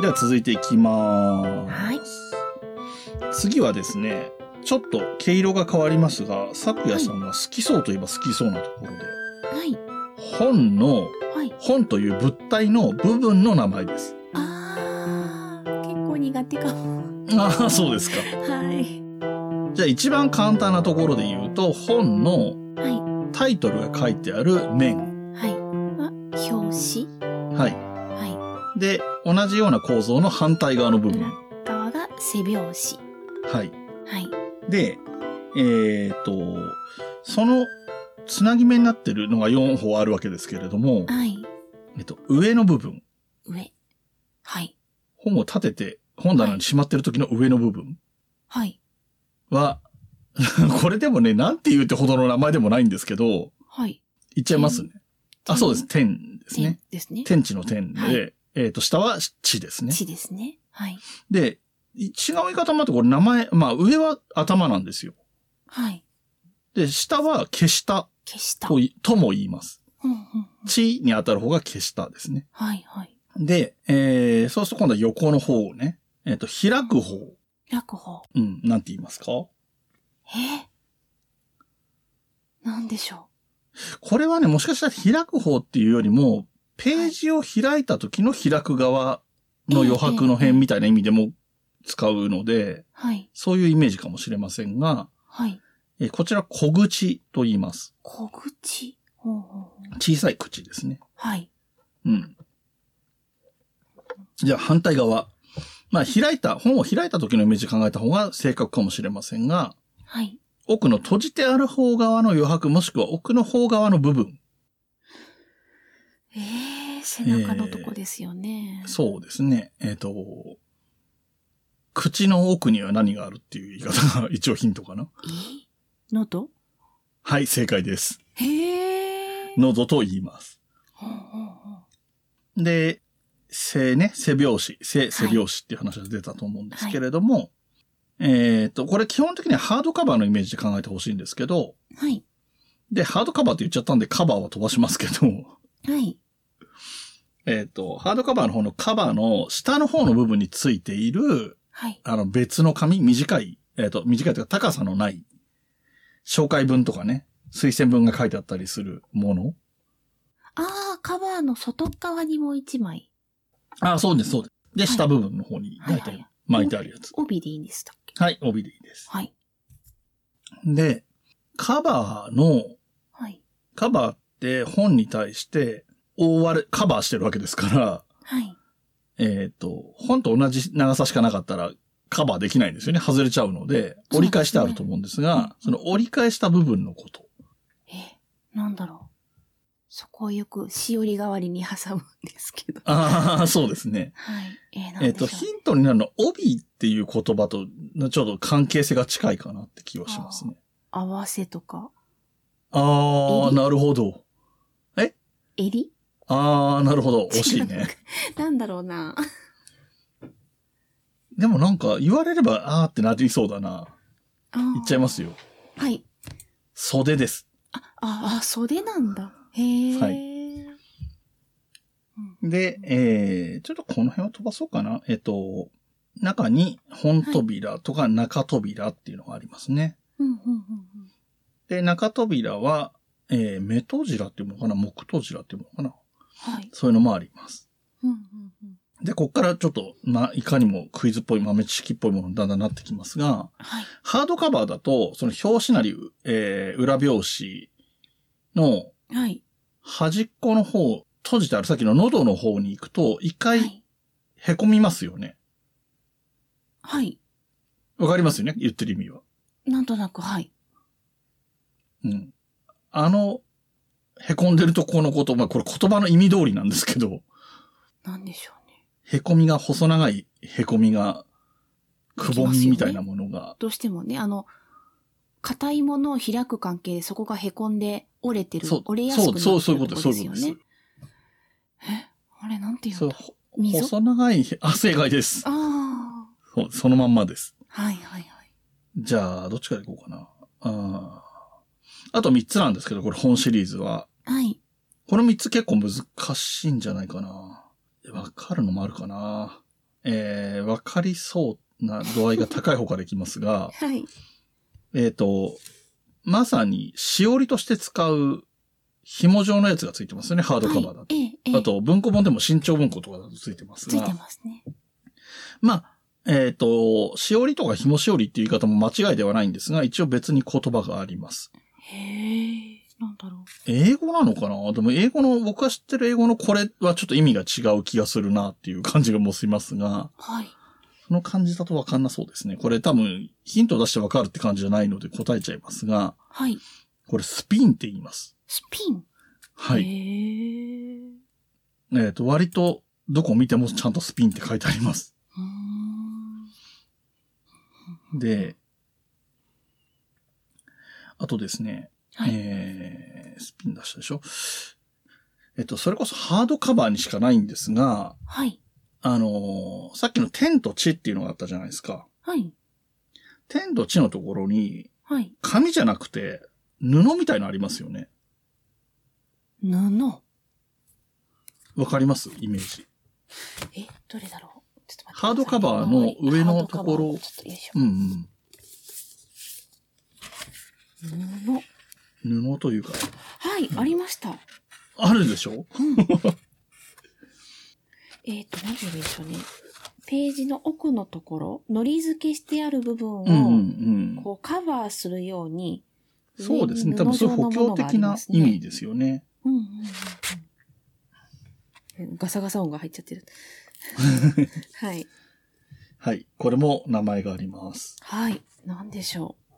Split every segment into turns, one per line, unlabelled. では続いていきます。
はい
次はですね、ちょっと毛色が変わりますが、さくやさんが好きそうといえば好きそうなところで、
はい
本の、
はい
本という物体の部分の名前です。
あー結構苦手かも
ああ、そうですか。
はい
じゃあ一番簡単なところで言うと、本の
はい
タイトルが書いてある面。
はいは表紙
は。
はい
で、同じような構造の反対側の部
い
分。
裏側が背表紙
はい。
はい
で、えっ、と、そのつなぎ目になってるのが4本あるわけですけれども、
はい
えっと、上の部分。
上はい
本を立てて本棚にしまってる時の上の部分
はい
は、 これでもね、なんて言うってほどの名前でもないんですけど、
はい
言っちゃいますね。あ、そうです。天ですね
点。ですね
天地の天で、
はい
えっ、と、下は地ですね。
地ですねはい
で、違う言い方もあって、これ名前、まあ上は頭なんですよ。
はい
で、下は消した
消した
といとも言います。
うんうんうん
地に当たる方が消したですね。
はいはい
で、えー、そうすると今度は横の方をね、えっ、と、開く方。
落語
うん、なんて言いますか
えなんでしょ
これはね、もしかしたら開く方っていうよりも、ページを開いた時の開く側の余白の辺みたいな意味でも使うので
う、はい
そういうイメージかもしれませんが、
はい
えーこちら小口と言います。
小口ほうほうほう
小さい口ですね。
はい
うん。じゃあ反対側。まあ開いた、本を開いた時のイメージ考えた方が正確かもしれませんが、
はい
奥の閉じてある方側の余白もしくは奥の方側の部分。
ええ背中のとこですよね。
そうですね。えっ、と、口の奥には何があるっていう言い方が 一応ヒントかな。
えー喉
はい、正解です。
へえ。
喉と言います。
ほうほうほう
で、背ね、背拍子、背、背拍子っていう話が出たと思うんですけれども、えっ、と、これ基本的にはハードカバーのイメージで考えてほしいんですけど、
はい。
で、ハードカバーって言っちゃったんでカバーは飛ばしますけど、
はい。
えっ、と、ハードカバーの方のカバーの下の方の部分についている、
はい。
あの別の紙、短い、えっ、と、短いというか高さのない、紹介文とかね、推薦文が書いてあったりするもの。
ああ、カバーの外側にもう一枚。
ああ、そうです、そうです。で、
い
下部分の方に
は
大
いは
体
い。
巻いてあるやつ。
帯でいいんでしたっけ
はい、帯でいいです。
はい。
で、カバーの、
はい。
カバーって本に対して覆われ、カバーしてるわけですから、
はい。
えっ、と、本と同じ長さしかなかったらカバーできないんですよね。外れちゃうので、折り返してあると思うんですが、そ
そうですね
の折り返した部分のこと。
え、なんだろう。そこをよくしおり代わりに挟むんですけど。
ああ、そうですね。
はい。えー、なん
えっ、
でしょ
と、
う。
ヒントになるのは、帯っていう言葉と、ちょっと関係性が近いかなって気はしますね。
合わせとか、
ああ、
襟
なるほど。
襟
ああ、なるほど。惜し いね。。
違う なんだろうな。
でもなんか、言われれば、ああってなりそうだな。
言
言っちゃいますよ。
はい。
袖です。
あ、あ、袖なんだ。へえ。
はい
うん
で、えー、ちょっとこの辺は飛ばそうかな。えっ、と、中に本扉とか中扉っていうのがありますね。
うんうんうんうん。
で、中扉は、えー、目扉っていうのかな目扉っていうのかな
はい。
そういうのもあります。
うんうんうん。
で、こっからちょっと、ま、いかにもクイズっぽい豆知識っぽいものにだんだんなってきますが、
はい。
ハードカバーだと、その表紙なり、えー、裏表紙の
はい。
端っこの方、閉じてあるさっきの喉の方に行くと、一
は
回
い。
凹みますよね。
はい。
わ、かりますよね言ってる意味は。
なんとなく、はい。
うん。あの、凹んでるとこのこと、まあ、これ言葉の意味通りなんですけど、
なんでしょうね。
凹みが細長い凹みが、くぼみみたいなものが、
どうしてもね、あの、硬いものを開く関係でそこが凹んで折れてる
そう、、
折れやすくな
そう、
ってる
そう、そういうことです、
と
そう
こ
いうことです
よね。。え、あれなんていう
そう
の
ほ
溝
細長い、あ、正解です。
あ
そうそのまんまです。
あ。はいはいはい。
じゃあ、どっちからいこうかな。あーあと3つなんですけど、これ本シリーズは。
はい。
この3つ結構難しいんじゃないかな。わかるのもあるかな。えー、わかりそうな度合いが高い方からいきますが、
はい。
えっと、まさに、しおりとして使う紐状のやつがついてますよね、ハードカバーだと。
はい、ええええ
あと、文庫本でも新潮文庫とかだとついてます
ついて
が、
ますね。
まあ、えっ、と、しおりとか紐しおりっていう言い方も間違いではないんですが、一応別に言葉があります。
へえ、なんだろ
英語なのかなでも英語の、僕が知ってる英語のこれはちょっと意味が違う気がするなっていう感じがもうしますが、
う。はい。
その感じだとわかんなそうですね。これ多分ヒント出してわかるって感じじゃないので答えちゃいますが、
はい。
これスピンって言います。
スピン。
はい。
へえ。
えっ、と、割とどこ見てもちゃんとスピンって書いてあります。
うーん
で、あとですね、
はい
えー、スピン出したでしょえっと、それこそハードカバーにしかないんですが、
はい。
あのーさっきの天と地っていうのがあったじゃないですか。
はい。
天と地のところに、
はい。
紙じゃなくて、布みたいのありますよね。
布。
わかりますイメージ。
え、どれだろうちょっと待ってください
ハードカバーの上のところ
ハードカバーちょっとよいしょ
うんうん。
布。
布というか、
はい、ありました。
あるでしょ
えっ、と、何て言うんでしょうね。ページの奥のところ、のり付けしてある部分
う
を、
んうん
こうカバーするように、
うん。そうですね。
上
多
に
分
布
そういう
状
補
のも
強
のがあ
的
りま
な
すね
意味ですよね。
うんうんうんうんえガサガサ音が入っちゃって る。はい。
はい。これも名前があります。
はい。なんでしょう。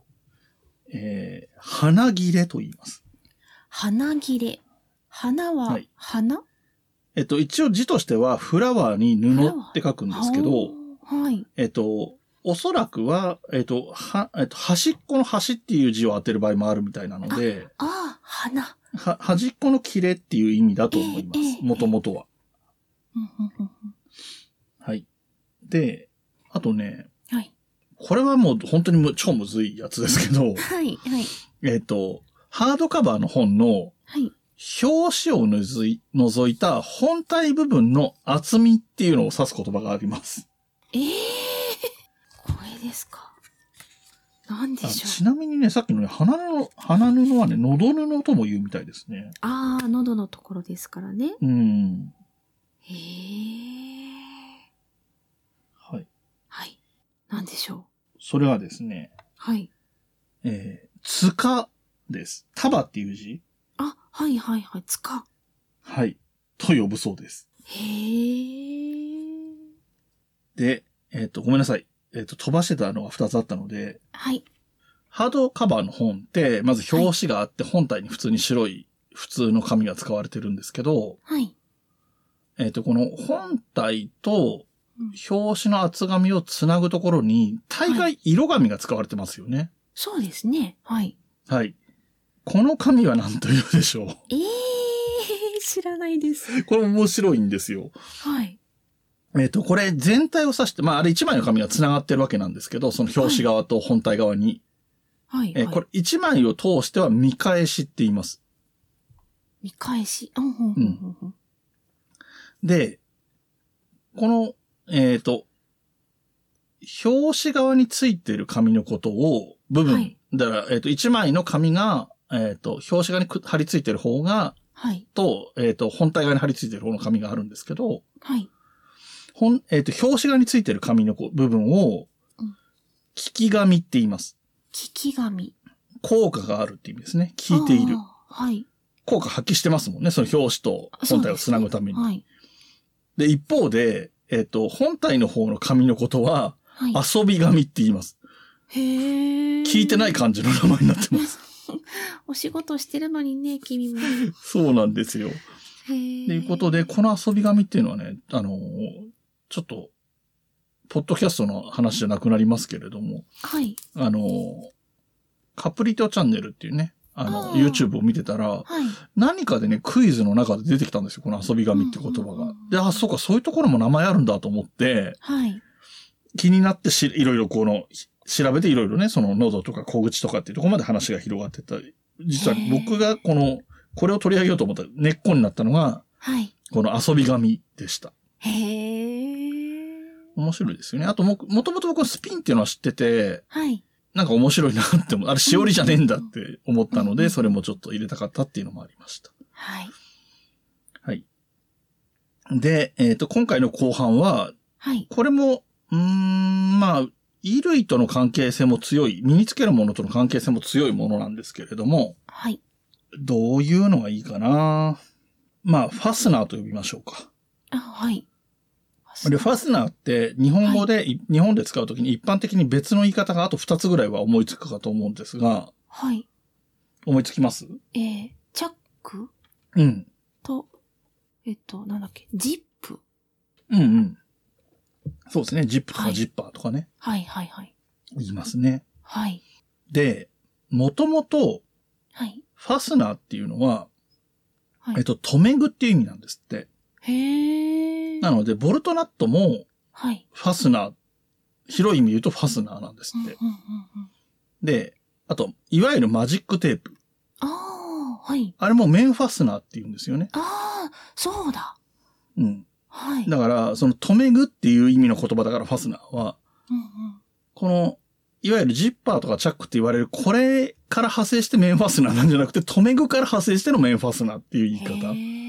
えー、花切れと言います。
花切れ。花は、
はい
花
えっと、一応字としては、フラワーに布って書くんですけど、
あーはい。
えっと、おそらくは、えっと、は、えっと、端っこの端っていう字を当てる場合もあるみたいなので、
ああ、花。
は、端っこの切れっていう意味だと思いま
えええ
す。
え
もともとは。
うんうんうん
はい。で、あとね、
うんはい。、
これはもう本当にむ超むずいやつですけど
はい。はい。
えっと、ハードカバーの本の
はい。
表紙をのぞい除いた本体部分の厚みっていうのを指す言葉があります。
ええこれですか。なんで
あ
しょう
ち。なみにね、さっきのね、鼻の、鼻布はね、喉布とも言うみたいですね。
ああ、喉のところですからね。
うん。
へえ。
はい。
はい。なんでしょ
それはですね、
う。はい。
えー、つかです。束っていう字
あ、はいはいはい。つか。
はい。と呼ぶそうです。
へえ。
で、えっ、と、ごめんなさい。えっ、と、飛ばしてたのが2つあったので、
はい。
ハードカバーの本って、まず表紙があって、本体に普通に白い、普通の紙が使われてるんですけど、
はい。
えっ、と、この本体と
うん
表紙の厚紙をつなぐところに、大
は
概色紙が使われてますよね。
そうですね。はい。
はい。この紙は何というでしょう。
ええー、知らないで す。
これ面白いんですよ。
はい。
えっ、と、これ全体を指して、まあ、あれ一枚の紙が繋がってるわけなんですけど、その表紙側と本体側に。
はい。
えー
はい
これ一枚を通しては見返しって言います。
見返し。うんうんうんうん。
で、この、えっ、と、表紙側についてる紙のことを、部分、
はい
だから、えっ、と、一枚の紙が、えっ、と、表紙側にく貼り付いてる方が、
はい。
と、えっ、と、本体側に貼り付いてる方の紙があるんですけど、
はい。
本、えっ、と、表紙側についてる紙のこ部分を
うん、
聞き紙って言います。
聞き紙。
効果があるって意味ですね。聞いている。
あー。はい。
効果発揮してますもんね。その表紙と本体をつなぐために。で
はい。
一方で、えっ、と、本体の方の紙のことは、
はい。
遊び紙って言います。
へえ。
聞いてない感じの名前になってます。
お仕事してるのにね、君も。へ
そうなんですよ。
と
とい
いう
ことで、この遊び紙っていうのはね、あのーちょっと、ポッドキャストの話じゃなくなりますけれども、
はい。
あのーカプリトチャンネルっていうね、あの、
あー
YouTube を見てたら、
はい。
何かでね、クイズの中で出てきたんですよ、この遊び紙って言葉
うんうんう
が
んう。ん
で、あ、そうか、そういうところも名前あるんだと思って、
はい。
気になってし、いろいろこの、し調べていろいろね、その喉とか小口とかっていうところまで話が広がってた。実は
へー
僕がこの、これを取り上げようと思った根っこになったのが、
はい。
この遊び紙でした。
へえ。
面白いですよね。あとも、もともと僕はスピンっていうのは知ってて、
はい。
なんか面白いなって思う。あれ、しおりじゃねえんだって思ったの
うん
で、それもちょっと入れたかったっていうのもありました。
はい。
はい。で、えっ、と、今回の後半は、
はい。
これも、うーん、まあ、衣類との関係性も強い、身につけるものとの関係性も強いものなんですけれども、
はい。
どういうのがいいかなまあ、ファスナーと呼びましょうか。
あ、はい。
で、ファスナーって日本語で、い日本で使うときに一般的に別の言い方があと2つぐらいは思いつくかと思うんですが、
はい。
思いつきます
えー、チャック
うん。
と、えっと、なんだっけ、ジップ。
うんうん。そうですね。ジップと
は
か
い
ジッパーとかね、
はい、はい、はい。
言いますね。
はい。
で、もともと
はい。
ファスナーっていうのは、
はい
えっと、留め具っていう意味なんですって。
へえ。
なので、ボルトナットも
はい。
ファスナー、広い意味で言うとファスナーなんです
う
っ
ん、うん、う
て
ん。うん。
で、あと、いわゆるマジックテープ。
ああ、はい。
あれも面ファスナーって言うんですよね。
ああ、そうだ。
うん。
はい。
だから、その留め具っていう意味の言葉だから、ファスナーは、
うんうん。
この、いわゆるジッパーとかチャックって言われる、これから派生してメンファスナーなんじゃなくて、留め具から派生してのメンファスナーっていう言い方。
へ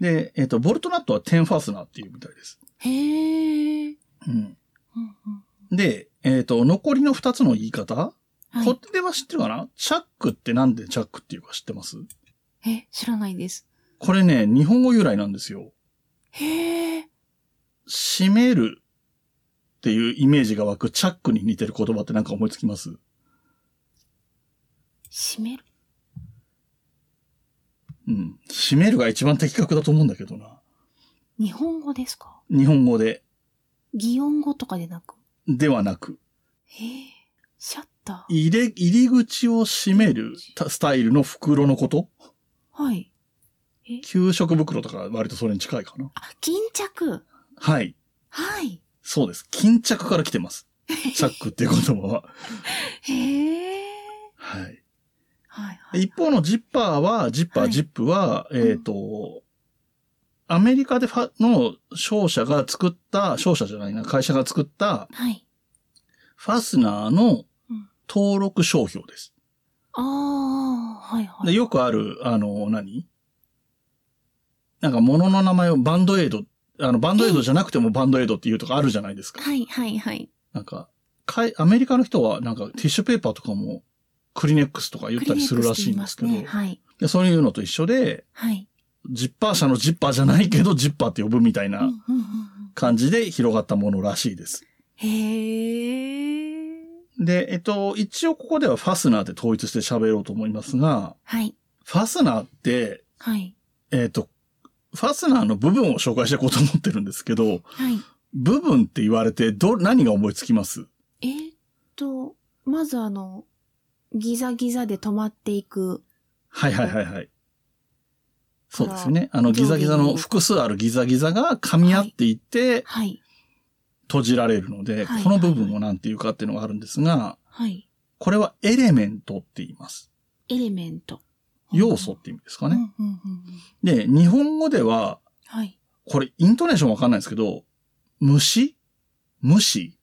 で、えっ、と、ボルトナットはテンファスナーっていうみたいです。
え。へえ。
うん。
うんうん。
で、えっ、と、残りの2つの言い方、
は
これは知ってるかなチャックってなんでチャックっていうか知ってます
い。え、知らないです。
これね、日本語由来なんですよ。
へえ。
閉めるっていうイメージが湧くチャックに似てる言葉ってなんか思いつきます
閉める。
うん。閉めるが一番的確だと思うんだけどな。
日本語ですか
日本語で、
擬音語とかでなく。
ではなく、
へえ。シャッター。
入れ、入り口を閉めるたスタイルの袋のこと
はい。
給食袋とか割とそれに近いかな。
あ、巾着。
はい。
はい。
そうです。巾着から来てます。チャックっていう言葉は。
へえ。
はい。
はいはい。
一方のジッパーは、ジッパー、
はい
ジップは、えっ、と、アメリカでファの商社が作った、商社じゃないな、会社が作った
はい。
ファスナーの
うん
登録商標です。
ああ、はいは
で
い。
よくある、あの、何なんか物の名前をバンドエイド、あの、バンドエイドじゃなくてもバンドエイドっていうとかあるじゃないですか。
はいはいはい。
なんか、かいアメリカの人はなんかティッシュペーパーとかもクリネックスとか言ったりするらしいんですけど、
クリネックスって言いますね
でそういうのと一緒で、
はい。はい。
ジッパー社のジッパーじゃないけど、ジッパーって呼ぶみたい
うんう
なん
うんうん。
感じで広がったものらしいです。
へえ。
で、えっと、一応ここではファスナーで統一して喋ろうと思いますが、
はい。
ファスナーって、
はい。
えっ、と、ファスナーの部分を紹介していこうと思ってるんですけど、
はい。
部分って言われて、ど、何が思いつきます
えーっと、まずあの、ギザギザで止まっていく。
はいはいはいはい。そうですよね。あの、ギザギザ
上下
の
に
複数あるギザギザが噛み合っていて、
はい。
閉じられるので、
はい
この部分を何て言うかっていうのがあるんですが、
はい。
これはエレメントって言います。
エレメント。
要素って意味ですか
か
ね。。
うんうんうんうん。
で、日本語では、
はい。
これ、イントネーションわかんないですけど、虫虫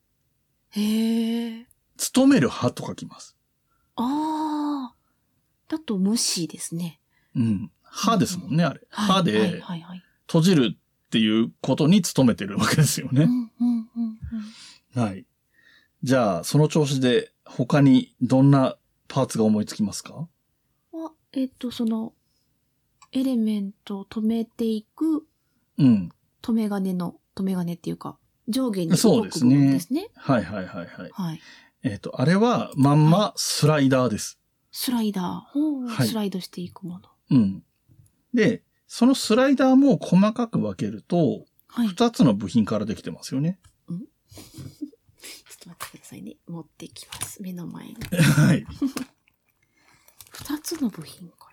へえ。
勤める派と書きます。
ああ。だと無視ですね。
うん。歯ですもんね、あれ。
はい
歯
はい
で
はいはい。
閉じるっていうことに努めてるわけですよ
う
ね。
んうんうんうん。
はい。じゃあ、その調子で他にどんなパーツが思いつきますか
は、えーっと、その、エレメントを止めていく、
うん。
止め金の、止め金っていうか、上下に
そ
動
う
く
です
部
ね
分ですね。
はいはいはいはい。
はい。
えっ、と、あれはまんまスライダーです。
スライダー。ほう
はい
スライドしていくもの。
うん。で、そのスライダーも細かく分けると、
はい。
二つの部品からできてますよね。
ちょっと待ってくださいね。持ってきます。目の前に。
はい。
二つの部品か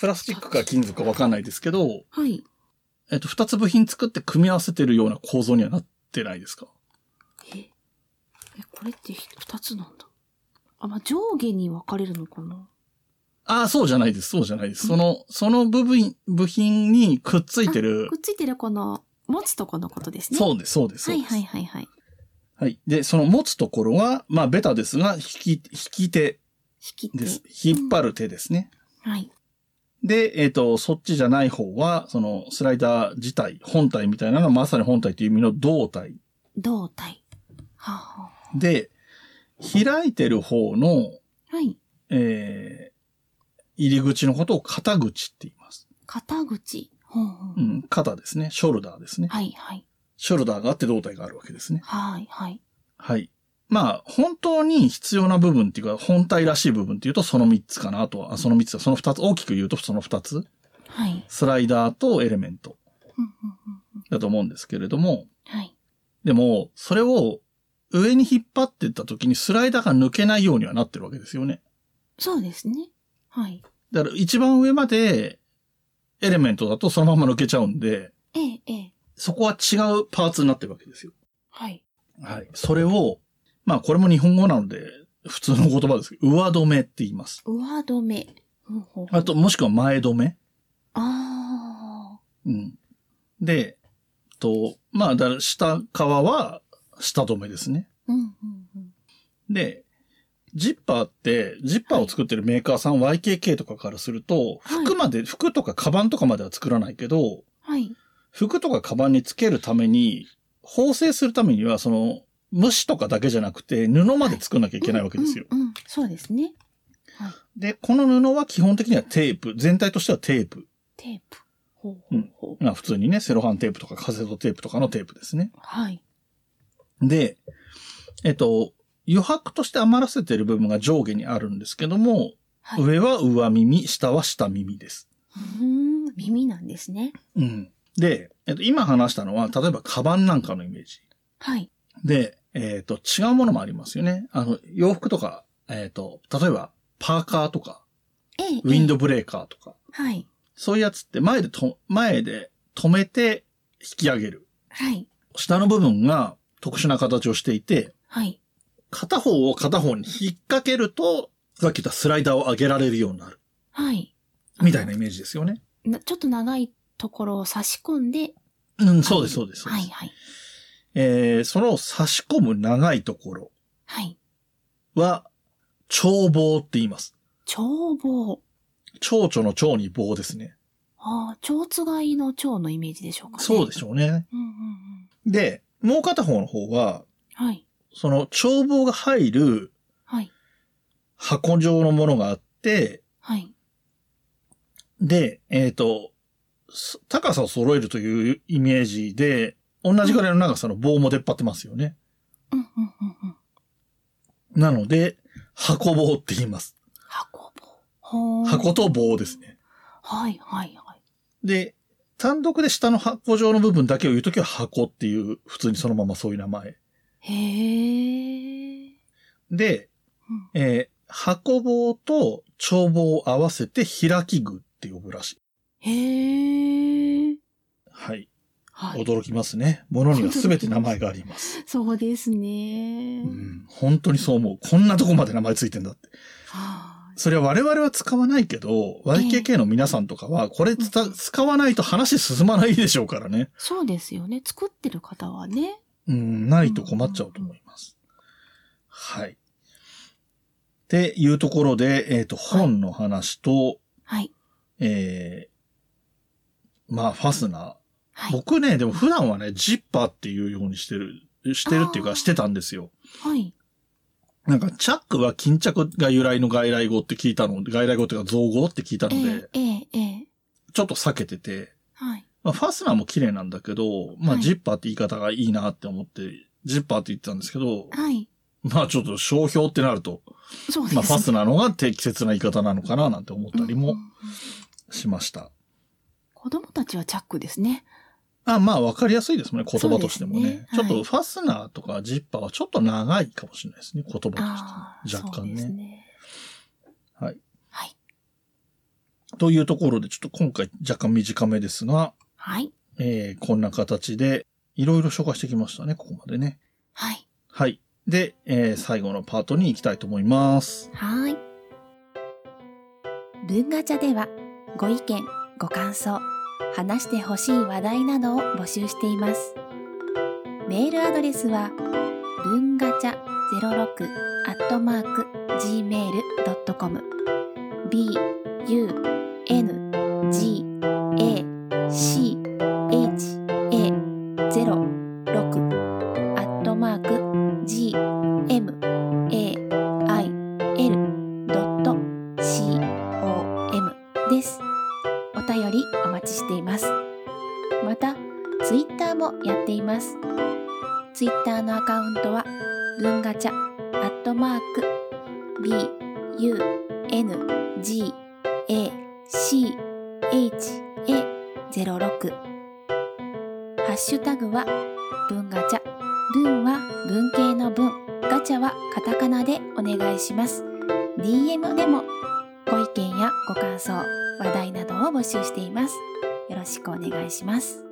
プラスチックか金属か分かんないですけど、
ら。はい。
えっ、と、二つ部品作って組み合わせてるような構造にはなってないですか
え、えこれって二つなんだ。あ、まあ、上下に分かれるのかな
ああ、そうじゃないです、そうじゃないです。その、その部分、部品にくっついてる
くっついてるこの持つとこのことですね。
そうです、そうです。
はいはい
はい。
はいはい。
はい。で、その持つところは、まあ、ベタですが、引き、引き手
引き手。
です。引っ張る手ですね。
はい。
で、えっ、と、そっちじゃない方は、その、スライダー自体、本体みたいなのがまさに本体という意味の胴体。
胴体。はあは
で、開いてる方の、
あ、はい。
えー入り口のことを肩口って言います。
肩口。ほうほ
う
う
ん、肩ですね。ショルダーですね。
はいはい。
ショルダーがあって胴体があるわけですね。
はいはい。
はい。まあ、本当に必要な部分っていうか、本体らしい部分っていうと、その3つかな。あとは、あその3つか、その2つ、大きく言うとその2つ。
はい。
スライダーとエレメント
うんうんうんうん
だと思うんですけれども、
はい。
でも、それを上に引っ張ってった時にスライダーが抜けないようにはなってるわけですよね。
そうですね。はい。
だから一番上までエレメントだとそのまま抜けちゃうんで、
ええ、ええ。
そこは違うパーツになってるわけですよ。
はい。
はい。それを、まあこれも日本語なので、普通の言葉ですけど、上止めって言います。
上止め。ほうほうほう
あと、もしくは前止め。
あ
うん。で、と、まあ、だから下側は下止めですね。
あ。うんうんうん。
で、ジッパーって、ジッパーを作ってるメーカーさん、YKK とかからすると、
はい
服まで、服とかカバンとかまでは作らないけど、
はい。
服とかカバンにつけるために、縫製するためには、その、虫とかだけじゃなくて、布まで作んなきゃいけないわけですよ。
うんうんうん。そうですね。はい。
で、この布は基本的にはテープ、全体としてはテープ。
テープ。ほうほうほう。
まあ普通にね、セロハンテープとかカセットテープとかのテープですね。
はい。
で、えっと、余白として余らせてる部分が上下にあるんですけども、
はい。う
上は上耳、下は下耳です。
ーん。耳なんですね。
うん。で、えっと、今話したのは、例えばカバンなんかのイメージ。
はい。
で、えっと、違うものもありますよね。あの、洋服とか、えっと、例えば、パーカーとか、
ええ。
ウィンド
ウ。
ブレーカーとか、
はい。
そういうやつって前でと、前で止めて引き上げる。
はい。
下の部分が特殊な形をしていて、
はい。
片方を片方に引っ掛けると、さっき言ったスライダーを上げられるようになる。
はい。
みたいなイメージですよね。
なちょっと長いところを差し込んで。
うん、そうです、そうです。そう
は
です
いはい。
えーその差し込む長いところ
はい。
は、長棒って言います。
長棒。
蝶々の蝶に棒ですね。
ああ、蝶つがいの蝶のイメージでしょうか、ね。
そうでし
ょ
ょうね。
う。うんうんうん。
で、もう片方の方は、
はい。
その長棒が入る
はい。
箱状のものがあって、
はい。
で、えっ、と、す高さを揃えるというイメージで、同じぐらいの長さの棒も出っ張ってますよね。
うんうんうんうん。
なので、箱棒って言います。
箱棒。ほー
箱と棒ですね。
はいはいはい。
で、単独で下の箱状の部分だけを言うときは箱っていう、普通にそのままそういう名前。
へえ。
で、
うん
えー箱棒と長棒を合わせて開き具って呼ぶらしい。
へえ。
はい。
はい。
驚きますね。ものには全て名前があります。
そうですね。
うん、本当にそう思う。こんなとこまで名前ついてんだって。
はい。
それは我々は使わないけど、YKK の皆さんとかは、これつた使わないと話進まないでしょうからね。
そうですよね。作ってる方はね。
うん、ないと困っちゃうと思います。はい。っていうところで、えっ、と、本の話と、
はい。
えーまあ、ファスナ
は
ー。
い。
僕ね、でも普段はね、ジッパーっていうようにしてる、してるっていう
あ
か、
ー
してたんですよ。
はい。
なんか、チャックは巾着が由来の外来語って聞いたの、外来語っていうか造語って聞いた
え
の
え
で、
ええええ
ちょっと避けてて、
はい。
まあ、ファスナーも綺麗なんだけど、まあ、
はい
ジッパーって言い方がいいなって思って、ジッパーって言ってたんですけど、
はい。
まあちょっと商標ってなると、
そうですね。
まあファスナーのが適切な言い方なのかななんて思ったり
う
も
んうんうん
しました。
子供たちはチャックですね。
あまあわかりやすいですもんね、言葉としても
そう
ね。
ですね
ちょっ
は
と
い
ファスナーとかジッパーはちょっと長いかもしれないですね、言葉と
ああ
しても。若
そう
干
で
ね
すね。
はい。
はい。
というところでちょっと今回若干短めですが、
はい。
えーこんな形でいろいろ紹介してきましたね、ここまでね。
はい。
はい。で、えー最後のパートに行きたいと思います。
はい。文ガチャでは、ご意見、ご感想、話してほしい話題などを募集しています。メールアドレスは、文ガチャ06アットマーク gmail.com b u n g a c h a 06アットマーク g m a i l c o m です。お便りお待ちしています。また、ツイッターもやっています。ツイッターのアカウントは、文ガチャ、アットマーク、b, u, n, g, a, c, h, a, 06。ハッシュタグは、文ガチャ。文は文系の文。ガチャはカタカナでお願いします。DM でもご意見やご感想、話題などを募集しています。よろしくお願いします。